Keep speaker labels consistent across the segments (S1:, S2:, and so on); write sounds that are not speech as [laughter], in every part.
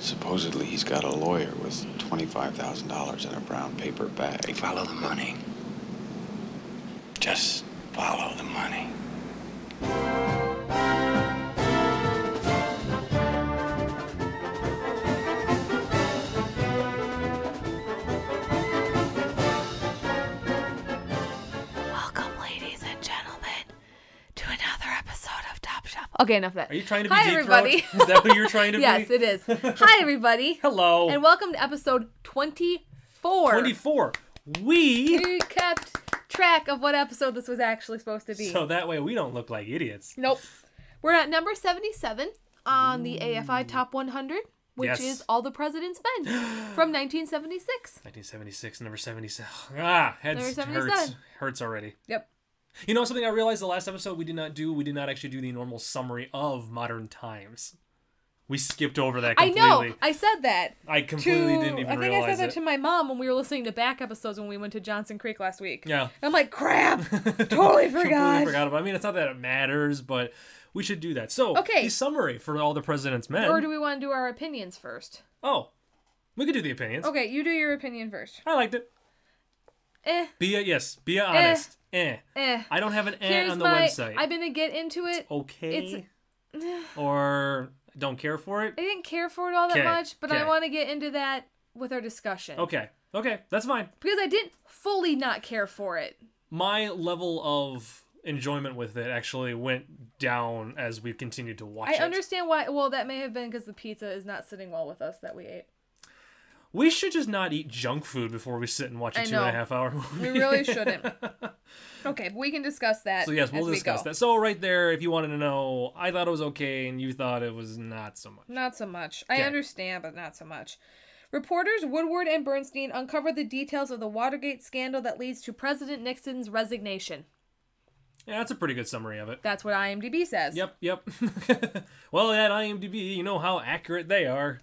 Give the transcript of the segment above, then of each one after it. S1: Supposedly, he's got a lawyer with $25,000 in a brown paper bag.
S2: Follow the money. Just follow the money.
S3: Welcome, ladies and gentlemen, to another episode of Top Shelf. Okay, enough of that.
S4: Are you trying to be
S3: Hi,
S4: deep
S3: everybody.
S4: throat? Is that what
S3: [laughs]
S4: you're trying to
S3: yes,
S4: be?
S3: it is.
S4: [laughs]
S3: Hi, everybody.
S4: Hello.
S3: And welcome to episode 24.
S4: 24. We.
S3: We kept track of what episode this was actually supposed to be.
S4: So that way we don't look like idiots.
S3: nope. We're at number 77 on the AFI Top 100, which
S4: Yes.
S3: is All the President's Men
S4: [gasps]
S3: from 1976.
S4: 1976, number 77. [sighs] Ah, head
S3: Number
S4: hurts.
S3: 77.
S4: Hurts already.
S3: Yep.
S4: You know something I realized the last episode we did not do? We did not actually do the normal summary of modern times. We skipped over that completely.
S3: I know. I said that.
S4: I completely didn't even
S3: I think
S4: realize
S3: I said that
S4: it.
S3: to my mom when we were listening to back episodes when we went to Johnson Creek last week.
S4: Yeah.
S3: I'm like,
S4: [laughs]
S3: crap. totally
S4: Completely
S3: forgot.
S4: forgot about. I mean, it's not that it matters, but we should do that. So,
S3: Okay.
S4: the summary for all the president's men.
S3: Or do we want to do our opinions first?
S4: oh, we could do the opinions.
S3: Okay, you do your opinion first.
S4: I liked it.
S3: Eh,
S4: Be a, yes. Be a honest. Eh.
S3: eh.
S4: I don't have an eh
S3: Here's
S4: on the
S3: my.
S4: website.
S3: I'm gonna get into it.
S4: okay.
S3: it's- [sighs]
S4: or don't care for it.
S3: I didn't care for it all that
S4: 'Kay,
S3: much, but I
S4: 'kay.
S3: want to get into that with our discussion.
S4: Okay. Okay. That's fine.
S3: Because I didn't fully not care for it.
S4: My level of enjoyment with it actually went down as we continued to watch
S3: I
S4: it.
S3: understand why. Well, that may have been because the pizza is not sitting well with us that we ate.
S4: we should just not eat junk food before we sit and watch a
S3: I
S4: two and
S3: know.
S4: a half hour [laughs] movie.
S3: We really shouldn't. okay, but we can discuss that.
S4: So yes, we'll
S3: as we
S4: discuss
S3: go.
S4: that. So right there, if you wanted to know, I thought it was okay, and you thought it was not so much.
S3: Not so much. I
S4: Okay.
S3: understand, but not so much. Reporters Woodward and Bernstein uncovered the details of the Watergate scandal that leads to President Nixon's resignation.
S4: Yeah, that's a pretty good summary of it.
S3: That's what IMDb says.
S4: Yep, yep. [laughs] well, at IMDb, you know how accurate they are.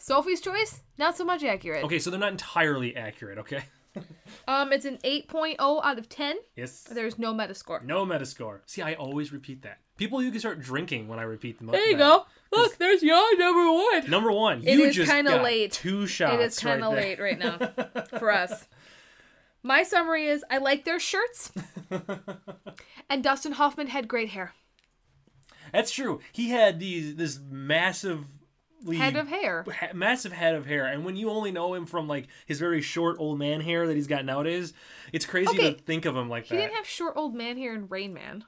S3: Sophie's Choice, not so much accurate.
S4: Okay, so they're not entirely accurate, okay? [laughs]
S3: Um, it's an 8.0 out of 10.
S4: Yes.
S3: There's no Metascore.
S4: No Metascore. See, I always repeat that. People, you can start drinking when I repeat them.
S3: There you go. Look, there's your number one.
S4: Number one,
S3: It
S4: you
S3: is
S4: just
S3: kinda
S4: got
S3: late.
S4: two shots.
S3: It is kind of
S4: right there.
S3: late right
S4: [laughs]
S3: now for us. My summary is I like their
S4: [laughs]
S3: shirts. and Dustin Hoffman had great hair.
S4: That's true. He had these this massive
S3: Head of hair.
S4: ha- massive head of hair, and when you only know him from like his very short old man hair that he's got nowadays, it's crazy
S3: Okay.
S4: to think of him like
S3: He
S4: that.
S3: didn't have short old man hair in Rain Man.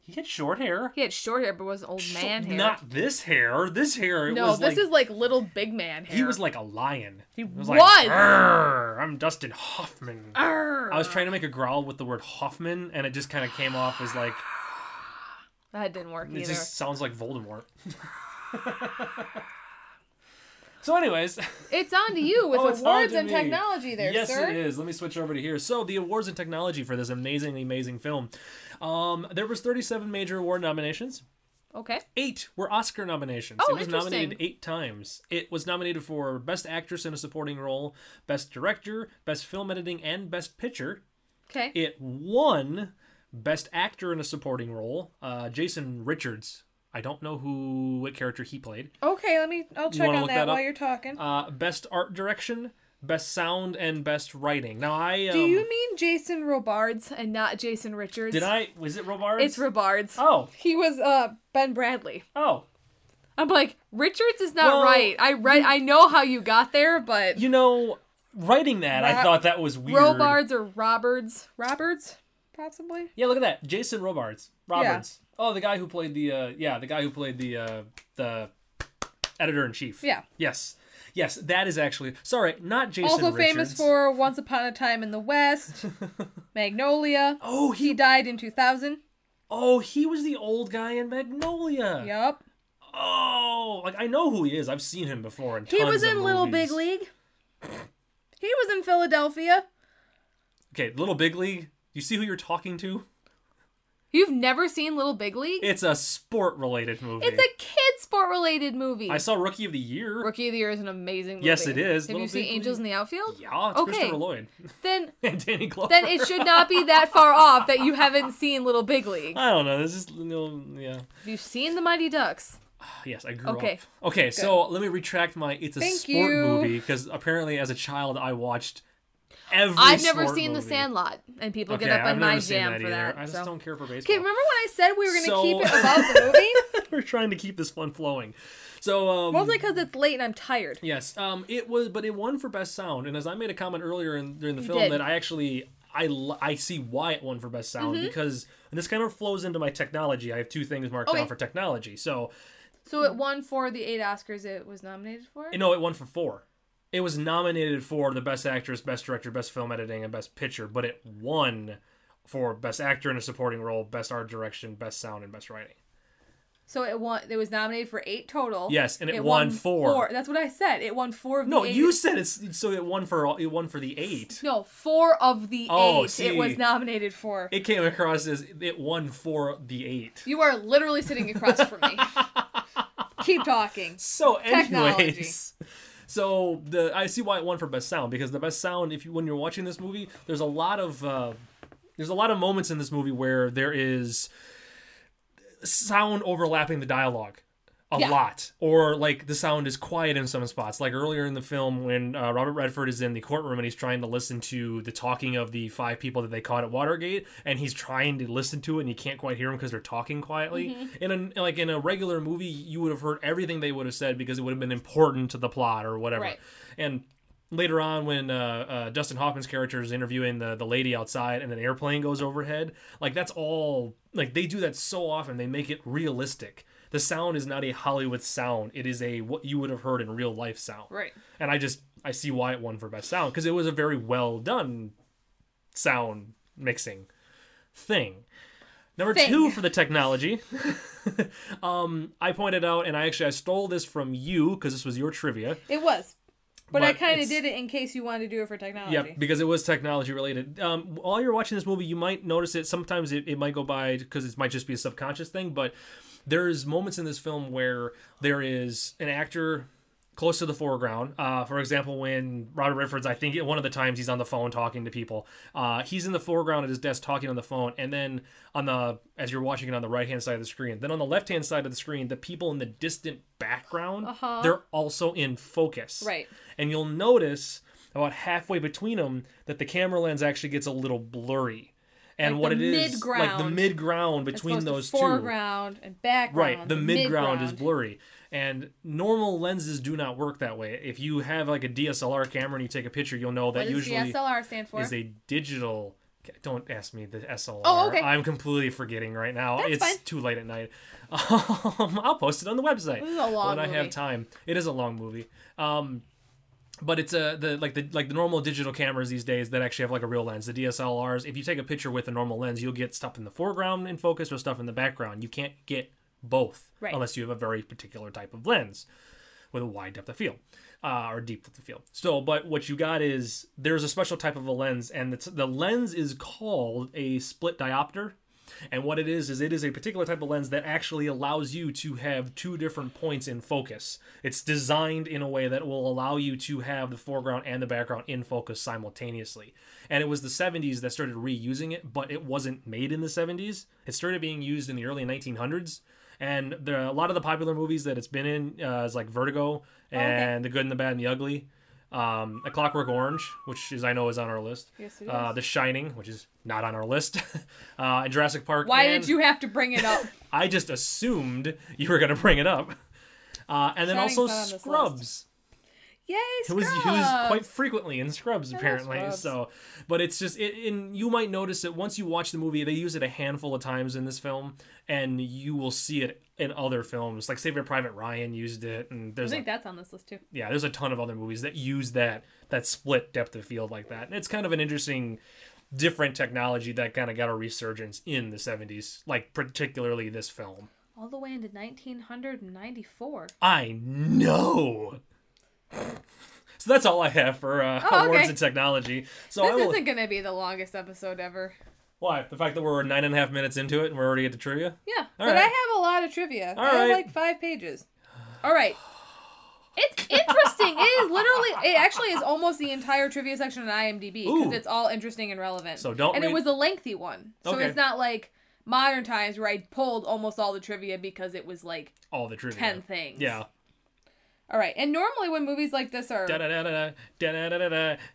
S4: he had short hair.
S3: He had short hair, but was old man hair.
S4: Not this hair. This hair. It
S3: no,
S4: was
S3: this
S4: like,
S3: is like little big man hair.
S4: He was like a lion. He was. Like,
S3: was.
S4: "Arr, I'm Dustin Hoffman.
S3: Arr.
S4: I was trying to make a growl with the word Hoffman, and it just kind of came off
S3: [sighs]
S4: as like
S3: that didn't work
S4: it
S3: either.
S4: just sounds like
S3: [laughs]
S4: Voldemort. [laughs] so, anyways,
S3: It's on to you with
S4: [laughs] Oh, it's on
S3: awards
S4: to
S3: and
S4: me.
S3: technology there,
S4: yes,
S3: sir.
S4: it is. Let me switch over to here. So, the awards and technology for this amazingly amazing film. Um, there was 37 major award nominations.
S3: Okay.
S4: Eight were Oscar nominations.
S3: Oh,
S4: it was
S3: interesting.
S4: nominated eight times. It was nominated for Best Actress in a Supporting Role, Best Director, Best Film Editing, and Best Picture.
S3: Okay.
S4: It won Best Actor in a Supporting Role. Uh, Jason Richards. I don't know who what character he played.
S3: okay, let me I'll check
S4: wanna
S3: on
S4: look
S3: that,
S4: that up?
S3: while you're talking.
S4: Uh, best Art Direction, Best Sound, and Best Writing. Now I um,
S3: Do you mean Jason Robards and not Jason Richards?
S4: did I was it Robards?
S3: It's Robards.
S4: oh
S3: He was uh Ben Bradley.
S4: oh.
S3: I'm like, Richards is not
S4: Well,
S3: right. I read I know how you got there, but
S4: You know, writing that I
S3: Ra-
S4: thought that was weird.
S3: Robards or Roberts. Roberts, possibly?
S4: Yeah, look at that, Jason Robards. Roberts. Oh, the guy who played the uh, yeah, the guy who played the uh, the editor in chief.
S3: Yeah.
S4: Yes. Yes, that is actually sorry, not Jason.
S3: also famous
S4: Richards.
S3: for Once Upon a Time in the
S4: [laughs]
S3: West, Magnolia.
S4: Oh,
S3: He
S4: he
S3: died in 2000.
S4: Oh, he was the old guy in Magnolia.
S3: Yup.
S4: Oh, like I know who he is. I've seen him before in
S3: He
S4: tons
S3: was
S4: of
S3: in Little
S4: movies.
S3: Big League. He was in Philadelphia.
S4: Okay, Little Big League. You see who you're talking to?
S3: You've never seen Little Big League?
S4: It's a sport-related movie.
S3: It's a kid sport related movie.
S4: I saw Rookie of the Year.
S3: Rookie of the Year is an amazing movie.
S4: Yes, it is.
S3: Have
S4: Little
S3: you seen
S4: Big
S3: Angels in
S4: League.
S3: the Outfield?
S4: Yeah, it's
S3: Okay.
S4: Christopher Lloyd [laughs]
S3: Then
S4: and Danny Glover.
S3: then it should not be that far off that you haven't seen Little Big League.
S4: I don't know. This is you know, yeah.
S3: Have you seen The Mighty Ducks?
S4: Yes, I grew
S3: Okay.
S4: up. Okay, so let me retract my it's a
S3: Thank
S4: sport
S3: you.
S4: movie because apparently as a child I watched every
S3: I've never
S4: sport
S3: seen
S4: movie.
S3: The Sandlot, and people
S4: Okay,
S3: get up
S4: I've
S3: on my
S4: never seen
S3: jam
S4: that
S3: for
S4: either.
S3: that.
S4: I just
S3: so.
S4: don't care for
S3: Okay,
S4: baseball.
S3: remember when I said we were going to
S4: So-
S3: keep it above the movie?
S4: [laughs] We're trying to keep this fun flowing. So um
S3: Mostly because it's late and I'm tired.
S4: Yes, um, it was, but it won for best sound. And as I made a comment earlier in, during the
S3: You
S4: film,
S3: did.
S4: that I actually I l- I see why it won for best sound
S3: Mm-hmm.
S4: because and this kind of flows into my technology. I have two things marked
S3: Okay.
S4: down for technology. So
S3: So it won for the eight Oscars it was nominated for.
S4: and no, it won for four. It was nominated for the best actress, best director, best film editing, and best picture, but it won for best actor in a supporting role, best art direction, best sound, and best writing.
S3: So it won. It was nominated for eight total.
S4: Yes, and it won four.
S3: That's what I said. It won four of
S4: No,
S3: the eight.
S4: you said it's so it won for all, it won for the eight.
S3: No, four of the
S4: Oh,
S3: eight. It was
S4: see.
S3: nominated for.
S4: It came across as it won for the eight.
S3: you are literally sitting across from
S4: [laughs]
S3: me. Keep talking.
S4: So,
S3: Technology.
S4: anyways, [laughs] so the I see why it won for best sound because the best sound, if you when you're watching this movie, there's a lot of uh, there's a lot of moments in this movie where there is sound overlapping the dialogue a
S3: Yeah.
S4: lot or like the sound is quiet in some spots like earlier in the film when uh, robert redford is in the courtroom and he's trying to listen to the talking of the five people that they caught at watergate and he's trying to listen to it and you can't quite hear them because they're talking quietly
S3: Mm-hmm.
S4: in a like in a regular movie you would have heard everything they would have said because it would have been important to the plot or whatever
S3: Right.
S4: and later on when uh, uh, dustin hoffman's character is interviewing the, the lady outside and an airplane goes overhead like that's all like they do that so often they make it realistic the sound is not a hollywood sound it is a what you would have heard in real life sound
S3: Right.
S4: and i just i see why it won for best sound because it was a very well done sound mixing thing number
S3: Thing.
S4: two for the technology [laughs] um i pointed out and i actually i stole this from you because this was your trivia
S3: It was. But, I
S4: But
S3: kind of
S4: it's-
S3: did it in case you wanted to do it for technology.
S4: Yep, because it was technology related. Um, while you're watching this movie, you might notice it. Sometimes it, it might go by because it might just be a subconscious thing, but there's moments in this film where there is an actor close to the foreground. Uh, for example, when Robert Redford's, I think one of the times he's on the phone talking to people, uh, he's in the foreground at his desk talking on the phone, and then on the as you're watching it on the right hand side of the screen, then on the left hand side of the screen, the people in the distant background,
S3: Uh-huh.
S4: they're also in focus,
S3: Right.
S4: and you'll notice about halfway between them that the camera lens actually gets a little blurry. And
S3: Like
S4: what it
S3: the
S4: is, like the
S3: mid-ground
S4: mid ground
S3: It's
S4: between
S3: supposed to
S4: those two,
S3: foreground and background.
S4: right? The mid ground is blurry, and normal lenses do not work that way. If you have like a DSLR camera and you take a picture, you'll know
S3: What
S4: that
S3: does
S4: usually
S3: DSLR stand for?
S4: is a digital. Don't ask me the SLR.
S3: Oh, okay.
S4: I'm completely forgetting right now.
S3: That's
S4: it's
S3: fine.
S4: too late at night. [laughs] Um, I'll post it on the website
S3: This is a long
S4: when I
S3: movie.
S4: have time. It is a long movie. Um, but it's a the like the like the normal digital cameras these days that actually have like a real lens. The DSLRs, if you take a picture with a normal lens, you'll get stuff in the foreground in focus or stuff in the background. You can't get both
S3: Right.
S4: unless you have a very particular type of lens with a wide depth of field uh, or deep depth of field. So, but what you got is there's a special type of a lens, and it's, the lens is called a split diopter. And what it is is it is a particular type of lens that actually allows you to have two different points in focus. It's designed in a way that will allow you to have the foreground and the background in focus simultaneously. And it was the 70s that started reusing it, but it wasn't made in the 70s. It started being used in the early 1900s. And there are a lot of the popular movies that it's been in uh, is like Vertigo
S3: Oh,
S4: and The Good and the Bad and the Ugly, um, A Clockwork Orange, which is I know is on our list.
S3: Yes, it
S4: Uh,
S3: is.
S4: The Shining, which is not on our list, [laughs] uh, and Jurassic Park.
S3: Why
S4: and
S3: did you have to bring it
S4: [laughs]
S3: up?
S4: I just assumed you were going to bring it up. Uh, and then
S3: Shining's
S4: also
S3: not on this list.
S4: Scrubs.
S3: Yay,
S4: It was used
S3: Scrubs!
S4: quite frequently in Scrubs, apparently.
S3: Scrubs.
S4: So, but it's just, it, and you might notice that once you watch the movie, they use it a handful of times in this film, and you will see it in other films. Like Saving Private Ryan used it,
S3: I
S4: and there's a
S3: think that's on this list too.
S4: yeah, there's a ton of other movies that use that that split depth of field like that. And it's kind of an interesting different technology that kind of got a resurgence in the 70s, like particularly this film.
S3: All the way into 1994.
S4: I know. So that's all I have for uh,
S3: Oh, okay.
S4: awards and technology. So Oh, I
S3: This
S4: will.
S3: isn't going to be the longest episode ever.
S4: Why the fact that we're nine and a half minutes into it and we're already at the trivia?
S3: Yeah,
S4: All
S3: but I
S4: right.
S3: have a lot of trivia.
S4: All
S3: I have
S4: right.
S3: like five pages. All
S4: [sighs]
S3: right. It's interesting. it is literally, it actually is almost the entire trivia section on IMDb because
S4: Ooh.
S3: it's all interesting and relevant.
S4: So don't
S3: And it
S4: read-
S3: was a lengthy one, so
S4: Okay.
S3: it's not like modern times where I pulled almost all the trivia because it was like
S4: All the trivia.
S3: 10 things.
S4: Yeah.
S3: All right. And normally when movies like this are
S4: Da da da da da da da da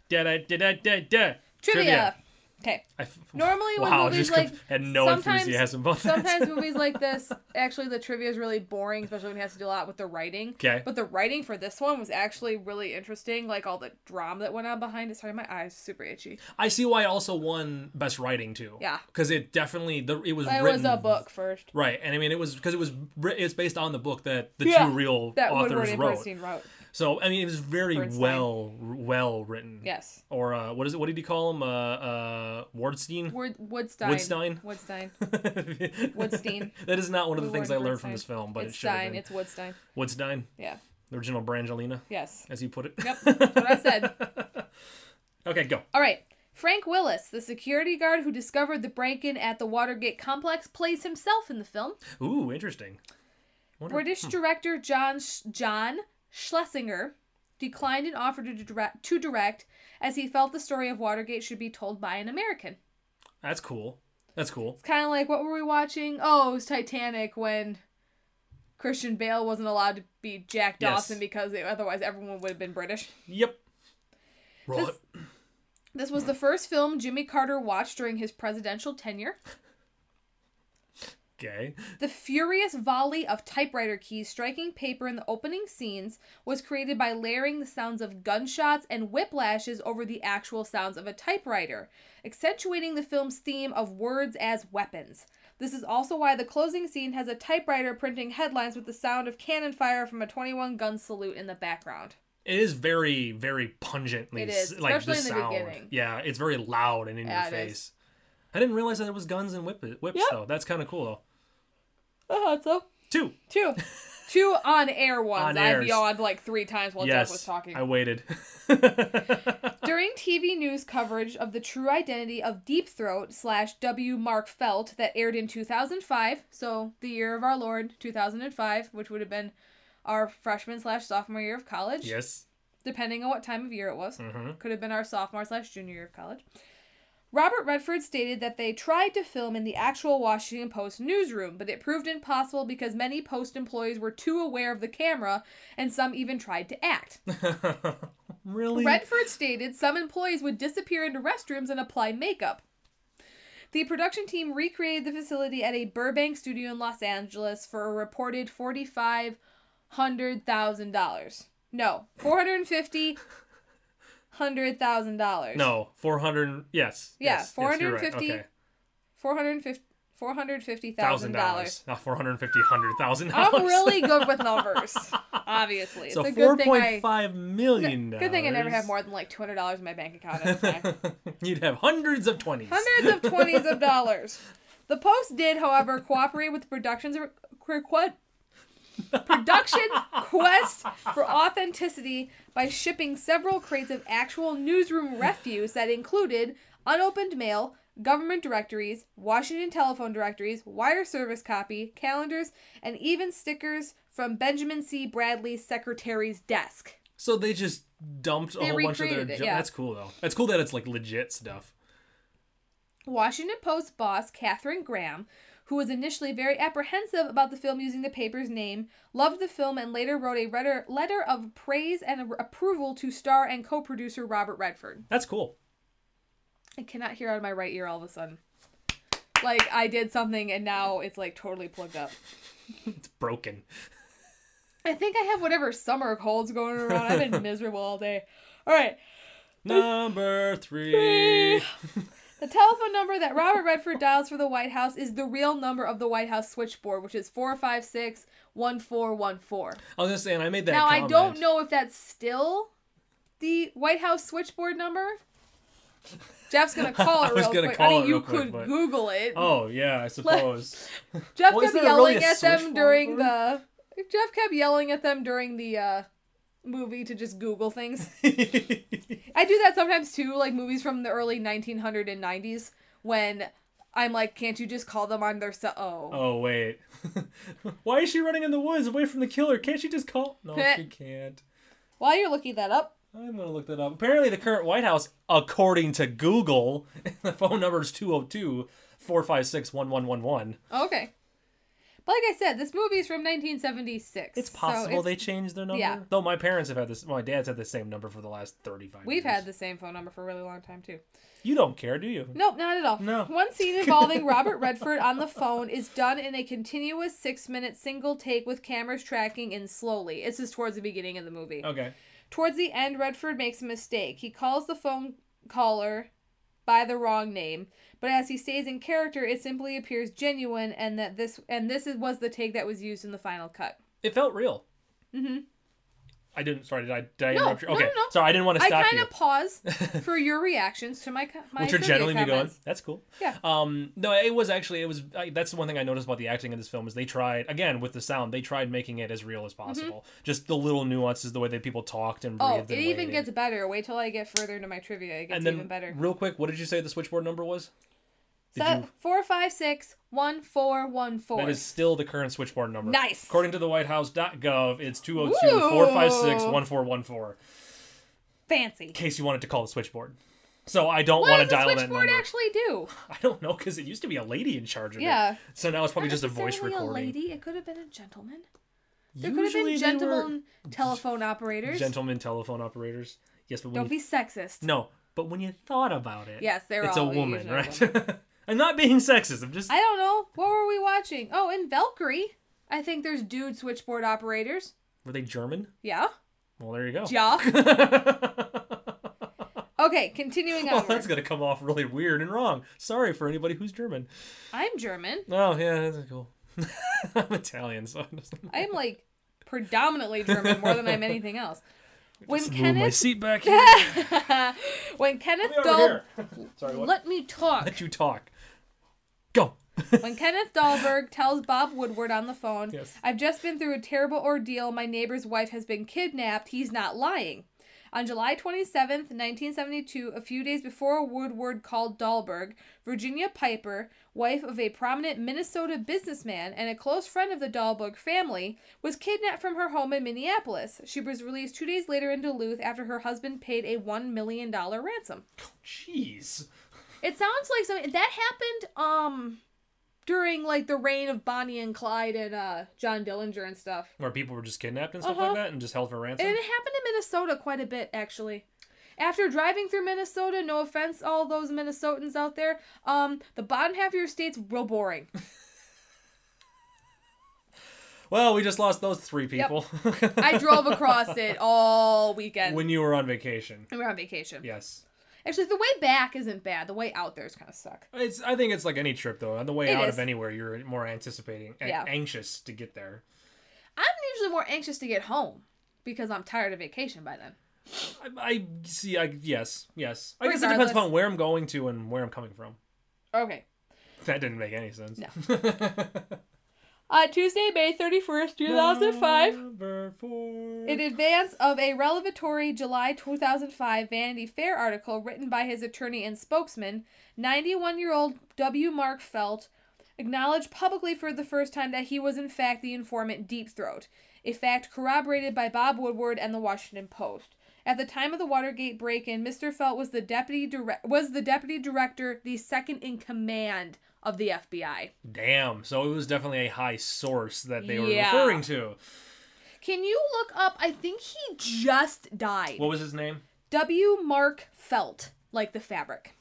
S4: da da da da da.
S3: trivia. Okay.
S4: I f-
S3: Normally when
S4: wow,
S3: movies
S4: just com-
S3: like
S4: had no
S3: sometimes-
S4: enthusiasm about that. [laughs]
S3: Sometimes movies like this, actually, the trivia is really boring, especially when it has to do a lot with the writing.
S4: 'Kay.
S3: But the writing for this one was actually really interesting, like all the drama that went on behind it. Sorry, my eyes super itchy.
S4: I see why it also won best writing too.
S3: Yeah.
S4: because it definitely the it was
S3: It
S4: written
S3: was a book first.
S4: right, and I mean it was because it was writ- it's based on the book that the
S3: Yeah,
S4: two real
S3: That Woodward
S4: authors
S3: and
S4: wrote.
S3: Bernstein wrote.
S4: So I mean it was very
S3: Bernstein.
S4: well well written.
S3: Yes.
S4: Or uh, what is it? What did he call him? Uh, uh, Wardstein. [laughs]
S3: Wood, Woodstein.
S4: Woodstein? [laughs]
S3: Woodstein.
S4: Woodstein.
S3: Woodstein.
S4: that is not one of the
S3: We
S4: things I
S3: weren't
S4: learned from
S3: Woodstein.
S4: this film, but
S3: it's
S4: it should have
S3: Stein.
S4: been.
S3: It's Woodstein.
S4: Woodstein,
S3: Yeah.
S4: the original Brangelina, [laughs]
S3: Yes.
S4: as you put it.
S3: Yep. That's what I said.
S4: okay, go.
S3: All right. Frank Willis, the security guard who discovered the break-in at the Watergate complex, plays himself in the film.
S4: Ooh, interesting. Wonder-
S3: British director John Sh- John Schlesinger declined an offer to direct, to direct as he felt the story of Watergate should be told by an American.
S4: That's cool. That's cool.
S3: It's kind of like what were we watching? Oh, it was Titanic when Christian Bale wasn't allowed to be Jack
S4: Yes.
S3: Dawson because it, otherwise everyone would have been British.
S4: Yep. Roll
S3: This-
S4: it.
S3: This was the first film Jimmy Carter watched during his presidential tenure.
S4: Okay.
S3: The furious volley of typewriter keys striking paper in the opening scenes was created by layering the sounds of gunshots and whiplashes over the actual sounds of a typewriter, accentuating the film's theme of words as weapons. This is also why the closing scene has a typewriter printing headlines with the sound of cannon fire from a 21 gun salute in the background.
S4: It is very, very pungently
S3: It is,
S4: s- like the
S3: especially in the
S4: sound.
S3: beginning.
S4: Yeah, it's very loud and in
S3: Yeah,
S4: your
S3: it is.
S4: face. I didn't realize that it was guns and whip- whips
S3: Yep.
S4: though. That's kind of cool though.
S3: Uh-huh, so
S4: Two.
S3: two.
S4: [laughs]
S3: two on-air ones.
S4: On
S3: I've
S4: airs.
S3: yawned like three times while
S4: yes.
S3: Jeff was talking.
S4: I waited. [laughs]
S3: During TV news coverage of the true identity of Deep Throat slash W. Mark Felt that aired in 2005, so the year of our Lord, 2005, which would have been our freshman slash sophomore year of college,
S4: yes.
S3: depending on what time of year it was.
S4: Mm-hmm.
S3: Could have been our sophomore slash junior year of college. Robert Redford stated that they tried to film in the actual Washington Post newsroom, but it proved impossible because many Post employees were too aware of the camera and some even tried to act.
S4: really?
S3: Redford stated some employees would disappear into restrooms and apply makeup. The production team recreated the facility at a Burbank studio in Los Angeles for a reported forty-five hundred thousand dollars. No, four hundred fifty hundred thousand dollars.
S4: No, 400. Yes.
S3: Yeah,
S4: yes, yes, you're right.
S3: 450
S4: Okay.
S3: four hundred fifty four hundred fifty thousand
S4: Thousand dollars.
S3: dollars.
S4: Not 450, 100,000 dollars.
S3: I'm really good with
S4: [laughs]
S3: numbers. Obviously,
S4: So
S3: it's a
S4: four
S3: good thing
S4: point
S3: I.
S4: five million.
S3: Good thing I never have
S4: dollars.
S3: more than like two hundred dollars in my bank account
S4: [laughs]
S3: at a time.
S4: You'd have hundreds of twenties.
S3: hundreds of twenties of dollars. The Post did, however, cooperate with the production's re- requ- production quest for authenticity by shipping several crates of actual newsroom refuse that included unopened mail, government directories, Washington telephone directories, wire service copy, calendars, and even stickers from Benjamin C. Bradley's secretary's desk.
S4: So they just dumped a
S3: They
S4: whole bunch of their.
S3: recreated it,
S4: jo-
S3: yeah.
S4: That's cool though. That's cool that it's like legit stuff.
S3: Washington Post boss Katherine Graham, who was initially very apprehensive about the film using the paper's name, loved the film and later wrote a letter, letter of praise and a- approval to star and co producer Robert Redford.
S4: That's cool.
S3: I cannot hear out of my right ear all of a sudden. Like, I did something and now it's like totally plugged up.
S4: It's broken.
S3: I think I have whatever summer cold's going around. I've been miserable all day. All right.
S4: Number three.
S3: The telephone number that Robert Redford dials for the White House is the real number of the White House switchboard, which is 456 1414.
S4: I was gonna say, and I made that.
S3: Now I
S4: comment.
S3: don't know if that's still the White House switchboard number. Jeff's
S4: [laughs]
S3: gonna call
S4: I
S3: it
S4: was
S3: real
S4: gonna
S3: quick.
S4: call
S3: I mean,
S4: it
S3: you
S4: real quick,
S3: could
S4: but-
S3: Google it.
S4: Oh yeah, I suppose.
S3: Jeff
S4: Well,
S3: kept
S4: isn't it really
S3: yelling
S4: a
S3: at them
S4: switchboard
S3: during
S4: number?
S3: the. Jeff kept yelling at them during the uh, movie to just Google
S4: [laughs]
S3: things. I do that sometimes too, like movies from the early 1900s and 90s when I'm like, can't you just call them on their cell? Oh.
S4: oh wait, [laughs] why is she running in the woods away from the killer? Can't she just call? No,
S3: Heh.
S4: she can't.
S3: While you're looking that up,
S4: I'm gonna look that [laughs] up. Apparently, the current White House, according to Google, the phone number is 202 four five six one one one one.
S3: Okay. But like I said, this movie is from 1976.
S4: It's
S3: so
S4: possible
S3: it's-
S4: they changed their number.
S3: Yeah.
S4: Though my parents have had this. My dad's had the same number for the last thirty five.
S3: We've had the same phone number for a really long time, too.
S4: You don't care, do you?
S3: Nope, not at all.
S4: No.
S3: One scene involving Robert Redford on the phone is done in a continuous six minute single take with cameras tracking in slowly. This is towards the beginning of the movie.
S4: Okay.
S3: Towards the end, Redford makes a mistake. He calls the phone caller by the wrong name, but as he stays in character, it simply appears genuine and that this and this is, was the take that was used in the final cut.
S4: It felt real. Mm-hmm. I didn't. Sorry, did I? Did I
S3: No,
S4: interrupt you?
S3: no,
S4: Okay.
S3: no, no.
S4: Sorry, I didn't want to
S3: I
S4: stop
S3: kind
S4: you.
S3: of
S4: [laughs]
S3: pause for your reactions to my co- my
S4: Which are
S3: trivia
S4: generally me going.
S3: comments.
S4: That's cool.
S3: Yeah.
S4: Um. No, it was actually it was. I, that's the one thing I noticed about the acting in this film is they tried again with the sound. They tried making it as real as possible. Just the little nuances, the way that people talked and breathed.
S3: Mm-hmm. Oh,
S4: and
S3: it even
S4: waited.
S3: gets better. Wait till I get further into my trivia. It gets
S4: and then
S3: even better.
S4: real quick, what did you say the switchboard number was? Did
S3: So
S4: you-
S3: four five six one four one four.
S4: That is still the current switchboard number.
S3: Nice.
S4: According to the WhiteHouse.gov, it's 202-456-1414. In
S3: fancy.
S4: case you wanted to call the switchboard. So I don't
S3: What does
S4: want to
S3: the
S4: dial that
S3: switchboard
S4: number.
S3: actually do?
S4: I don't know because it used to be a lady in charge of it.
S3: Yeah.
S4: So now it's probably just a voice
S3: Necessarily
S4: recording.
S3: A lady. It could have been a gentleman. There
S4: Usually
S3: could have been
S4: they
S3: gentlemen
S4: [laughs]
S3: telephone operators.
S4: were gentlemen telephone operators. Yes, but when
S3: Don't
S4: you...
S3: be sexist.
S4: no, but when you thought about it,
S3: Yes, they're
S4: it's
S3: all
S4: a woman,
S3: usually a
S4: right? [laughs] I'm not being sexist. I'm just
S3: I don't know. What were we watching? Oh, in Valkyrie, I think there's dude switchboard operators.
S4: were they German?
S3: Yeah.
S4: Well, there you go.
S3: Yeah. okay, continuing
S4: [laughs] Well,
S3: on.
S4: that's gonna come off really weird and wrong. Sorry for anybody who's German.
S3: I'm German.
S4: Oh yeah, that's cool. [laughs] I'm Italian, so I'm just
S3: I'm like predominantly German more than I'm anything
S4: [laughs]
S3: else. When
S4: move my
S3: Kenneth, [laughs]
S4: seat back. Here.
S3: when Kenneth
S4: Over
S3: Dahl,
S4: here. Sorry, what?
S3: let me talk.
S4: let you talk. Go. [laughs]
S3: When Kenneth Dahlberg tells Bob Woodward on the phone,
S4: Yes.
S3: I've just been through a terrible ordeal. My neighbor's wife has been kidnapped. He's not lying. On July 27th, 1972, a few days before Woodward called Dahlberg, Virginia Piper, wife of a prominent Minnesota businessman and a close friend of the Dahlberg family, was kidnapped from her home in Minneapolis. She was released two days later in Duluth after her husband paid a $1 million ransom.
S4: Jeez.
S3: It sounds like something that happened um during like the reign of Bonnie and Clyde and uh John Dillinger and stuff.
S4: Where people were just kidnapped and stuff
S3: Uh-huh.
S4: like that, and just held for ransom.
S3: And it happened in Minnesota quite a bit actually. After driving through Minnesota, no offense all those Minnesotans out there, um the bottom half of your state's real boring.
S4: Well, we just lost those three people [laughs]
S3: I drove across it all weekend.
S4: when you were on vacation.
S3: we were on vacation.
S4: Yes.
S3: Actually, the way back isn't bad. The way out there's kind of suck.
S4: It's. I think it's like any trip though. On the way
S3: It
S4: out
S3: is.
S4: of anywhere, you're more anticipating, a-
S3: Yeah.
S4: anxious to get there.
S3: I'm usually more anxious to get home because I'm tired of vacation by then.
S4: I, I see. I yes, yes. I guess it
S3: Regardless.
S4: depends upon where I'm going to and where I'm coming from. [laughs]
S3: Okay.
S4: That didn't make any sense.
S3: No. Uh, Tuesday, May 31st, 2005.
S4: Number four.
S3: In advance of a revelatory July 2005 Vanity Fair article written by his attorney and spokesman, 91 year old W. Mark Felt acknowledged publicly for the first time that he was, in fact, the informant Deep Throat, a fact corroborated by Bob Woodward and the Washington Post. At the time of the Watergate break-in, Mr. Felt was the deputy dire- was the deputy director, the second in command of the FBI.
S4: Damn. So it was definitely a high source that they were
S3: Yeah.
S4: referring to.
S3: Can you look up? I think he just died.
S4: What was his name?
S3: W. Mark Felt, like the fabric.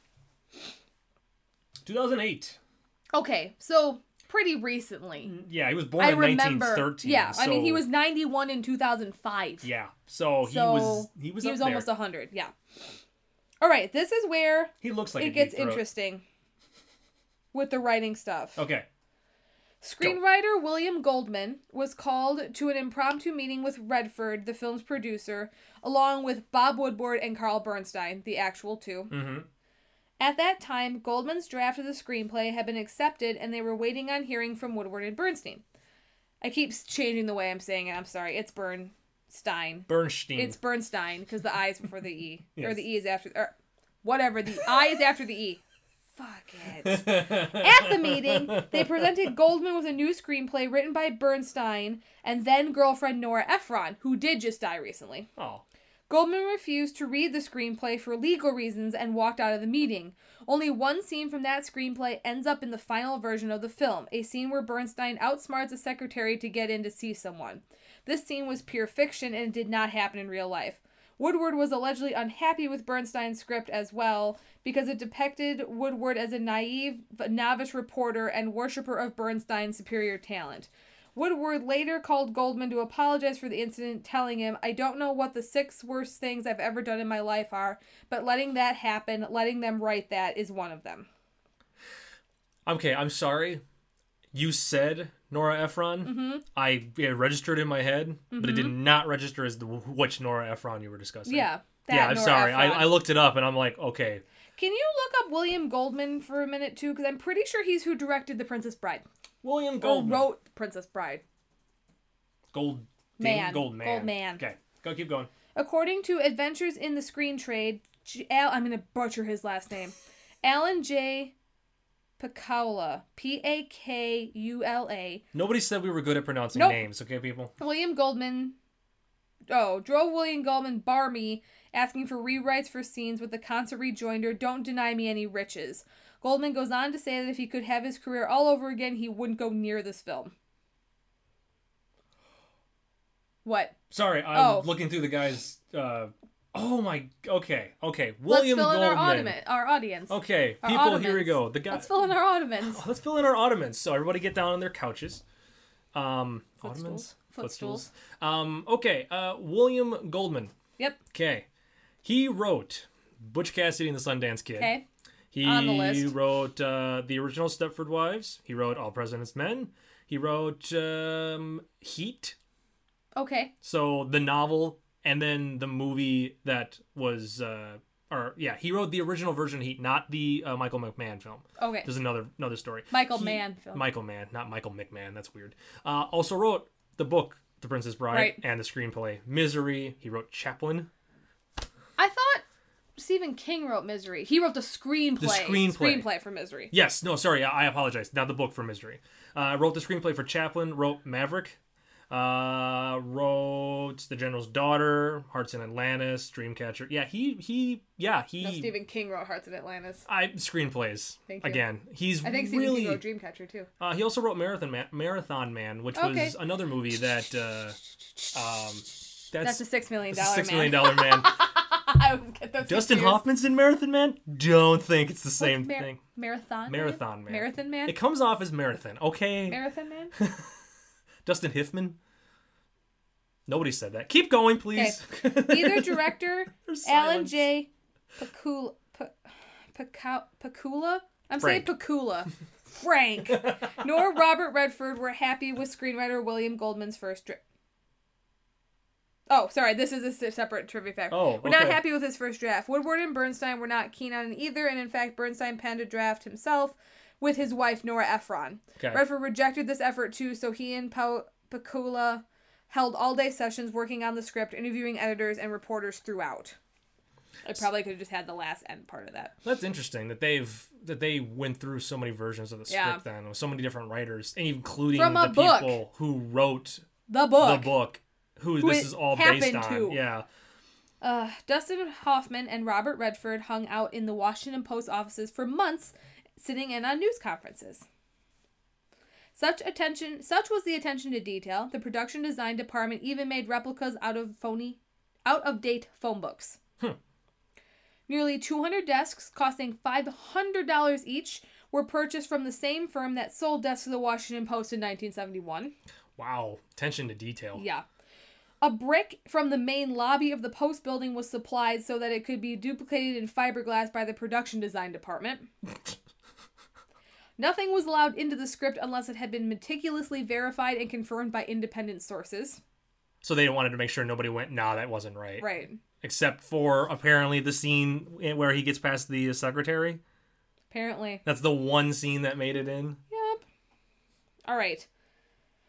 S4: 2008.
S3: Okay, so pretty recently.
S4: Yeah, he was born
S3: I
S4: in
S3: remember.
S4: 1913.
S3: yeah, I mean,
S4: so-
S3: he was 91 in 2005.
S4: Yeah. So he
S3: so
S4: was. He was. up there.
S3: almost 100, yeah. All right, this is where
S4: He looks like a
S3: it
S4: deep
S3: gets
S4: throat.
S3: interesting with the writing stuff.
S4: Okay.
S3: Screenwriter William Goldman was called to an impromptu meeting with Redford, the film's producer, along with Bob Woodward and Carl Bernstein, the actual 2
S4: Mm-hmm.
S3: At that time, Goldman's draft of the screenplay had been accepted and they were waiting on hearing from Woodward and Bernstein. I keep changing the way I'm saying it. I'm sorry. It's Bernstein.
S4: Bernstein.
S3: It's Bernstein because the I is before the E. Or
S4: Yes.
S3: the E is after. Or whatever. The I is after the E. Fuck it. At the meeting, they presented Goldman with a new screenplay written by Bernstein and then girlfriend Nora Ephron, who did just die recently.
S4: oh.
S3: Goldman refused to read the screenplay for legal reasons and walked out of the meeting. Only one scene from that screenplay ends up in the final version of the film, a scene where Bernstein outsmarts a secretary to get in to see someone. This scene was pure fiction and did not happen in real life. Woodward was allegedly unhappy with Bernstein's script as well because it depicted Woodward as a naive, but novice reporter and worshiper of Bernstein's superior talent. Woodward later called Goldman to apologize for the incident, telling him, I don't know what the six worst things I've ever done in my life are, but letting that happen, letting them write that, is one of them.
S4: Okay, I'm sorry. You said Nora Ephron.
S3: Mm-hmm.
S4: I it registered in my head, but it did not register as the which Nora Ephron you were discussing.
S3: Yeah. that
S4: yeah, I'm
S3: Nora
S4: sorry. I,
S3: Ephron.
S4: I looked it up and I'm like, okay,
S3: Can you look up William Goldman for a minute, too? Because I'm pretty sure he's who directed The Princess Bride.
S4: William
S3: Or
S4: Goldman.
S3: wrote The Princess Bride.
S4: Gold
S3: Man.
S4: Goldman.
S3: Goldman.
S4: Okay, go keep going.
S3: According to Adventures in the Screen Trade, J- Al- I'm going to butcher his last
S4: [laughs]
S3: name. Alan J. Pakula, P A K U L A,
S4: Nobody said we were good at pronouncing
S3: Nope.
S4: names. Okay, people.
S3: William Goldman. Oh, drove William Goldman barmy, asking for rewrites for scenes with the concert rejoinder, Don't Deny Me Any Riches. Goldman goes on to say that if he could have his career all over again, he wouldn't go near this film. What?
S4: Sorry, I'm
S3: Oh.
S4: looking through the guy's. Uh, oh my. Okay, okay. William
S3: Let's fill
S4: Goldman.
S3: in our, audiment, our audience.
S4: Okay,
S3: Our
S4: people. Here we
S3: ottomans.
S4: go. The guy. Oh,
S3: Let's fill in our ottomans.
S4: [laughs] let's fill in our ottomans. So everybody get down on their couches. Um, ottomans,
S3: Footstools.
S4: Um, okay, uh, William Goldman.
S3: Yep.
S4: Okay, he wrote Butch Cassidy and the Sundance Kid.
S3: Okay.
S4: He
S3: On the list.
S4: wrote uh, the original Stepford Wives. He wrote All President's Men. He wrote um, Heat,
S3: Okay.
S4: so the novel, and then the movie that was, uh, or yeah, he wrote the original version of Heat, not the uh, Michael McMahon film.
S3: Okay.
S4: There's another another story.
S3: Michael Mann film.
S4: Michael Mann, not Michael McMahon. That's weird. Uh, also wrote the book The Princess Bride
S3: Right.
S4: and the screenplay Misery. He wrote Chaplin.
S3: I thought Stephen King wrote Misery. He wrote the screenplay.
S4: screenplay.
S3: Screenplay for Misery.
S4: Yes, no, sorry, I I apologize. Not the book for Misery. Uh, wrote the screenplay for Chaplin. Wrote Maverick. Uh, wrote The General's Daughter, Hearts in Atlantis, Dreamcatcher. Yeah, he he yeah he.
S3: No, Stephen King wrote Hearts in Atlantis.
S4: I screenplays
S3: Thank you.
S4: again. He's
S3: I think Stephen
S4: really.
S3: King wrote Dreamcatcher too.
S4: Uh, he also wrote Marathon Man, Marathon Man, which
S3: Okay.
S4: was another movie that. Uh, um, that's,
S3: That's a six million
S4: that's a
S3: dollar
S4: six
S3: man.
S4: million dollar man.
S3: [laughs] I would get those
S4: Dustin
S3: confused.
S4: Hoffman's in Marathon Man. Don't think it's the
S3: What's
S4: same
S3: Mar-
S4: thing.
S3: Marathon.
S4: Marathon Man.
S3: Marathon Man.
S4: It comes off as Marathon. Okay.
S3: Marathon Man.
S4: Dustin Hiffman. Nobody said that. Keep going, please. [laughs]
S3: Either director
S4: There's
S3: Alan
S4: silence.
S3: J. Pakula. Pa- Paca- Pakula? I'm saying
S4: Frank. [laughs]
S3: Pakula. Frank. Nor Robert Redford were happy with screenwriter William Goldman's first draft. Oh, sorry. This is a se- separate trivia fact.
S4: Oh,
S3: we're not
S4: okay.
S3: happy with his first draft. Woodward and Bernstein were not keen on it either, and in fact, Bernstein penned a draft himself with his wife Nora Ephron.
S4: Okay.
S3: Redford rejected this effort too, so he and pa- Pakula held all-day sessions working on the script, interviewing editors and reporters throughout. I probably could have just had the last end part of that.
S4: That's interesting that they've that they went through so many versions of the script
S3: Yeah.
S4: then with so many different writers, including
S3: From a
S4: the
S3: book.
S4: people who wrote
S3: The book.
S4: the book, who,
S3: Who
S4: this
S3: it
S4: is all based
S3: happened
S4: on.
S3: to.
S4: Yeah.
S3: Uh, Dustin Hoffman and Robert Redford hung out in the Washington Post offices for months, sitting in on news conferences. Such attention, such was the attention to detail. The production design department even made replicas out of phony, out of date phone books. Nearly 200 desks, costing $500 each, were purchased from the same firm that sold desks to the Washington Post in 1971.
S4: Wow. Attention to detail.
S3: Yeah. A brick from the main lobby of the post building was supplied so that it could be duplicated in fiberglass by the production design department. Nothing was allowed into the script unless it had been meticulously verified and confirmed by independent sources.
S4: So they wanted to make sure nobody went, nah, that wasn't right.
S3: Right.
S4: Except for apparently the scene where he gets past the uh, secretary.
S3: Apparently.
S4: That's the one scene that made it in.
S3: Yep. All right.